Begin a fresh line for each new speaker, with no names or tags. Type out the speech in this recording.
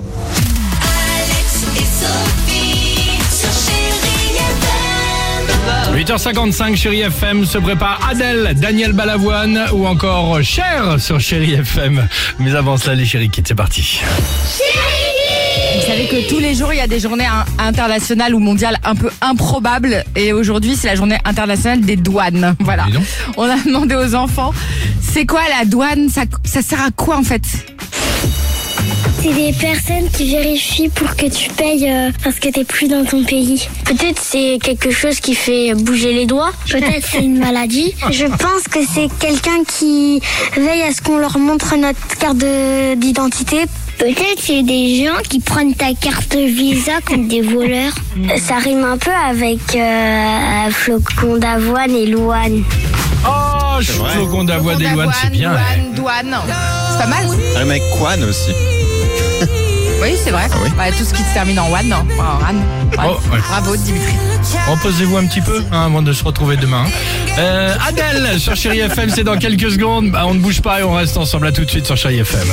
Alex et Sophie sur Chérie FM.
8h55, chérie FM se prépare Adèle, Daniel Balavoine ou encore Cher sur chérie FM. Mais avant cela, les chéri kids, c'est parti.
Vous savez que tous les jours, il y a des journées hein, internationales ou mondiales un peu improbables. Et aujourd'hui, c'est la journée internationale des douanes. Voilà.
Dis donc.
On a demandé aux enfants, c'est quoi la douane ça, ça sert à quoi en fait
C'est des personnes qui vérifient pour que tu payes euh, parce que t'es plus dans ton pays. Peut-être c'est quelque chose qui fait bouger les doigts. Peut-être c'est une maladie. Je pense que c'est quelqu'un qui veille à ce qu'on leur montre notre carte de- d'identité. Peut-être c'est des gens qui prennent ta carte Visa comme des voleurs. Ça rime un peu avec euh, flocon d'avoine et l'ouane.
Oh, je suis d'avoine des douanes, c'est bien. ouais.
bah, douane, douane. Ah C'est pas mal.
Un mec Quan aussi.
Oui, c'est vrai. Bah, tout ce qui se termine en one, non en ran. Ouais.
Ah Oh, ouais.
Bravo, Dimitri.
Reposez-vous un petit peu hein, avant de se retrouver demain. Euh, Adèle sur chérie FM, c'est dans quelques secondes. Bah, on ne bouge pas et on reste ensemble. À tout de suite sur chérie FM.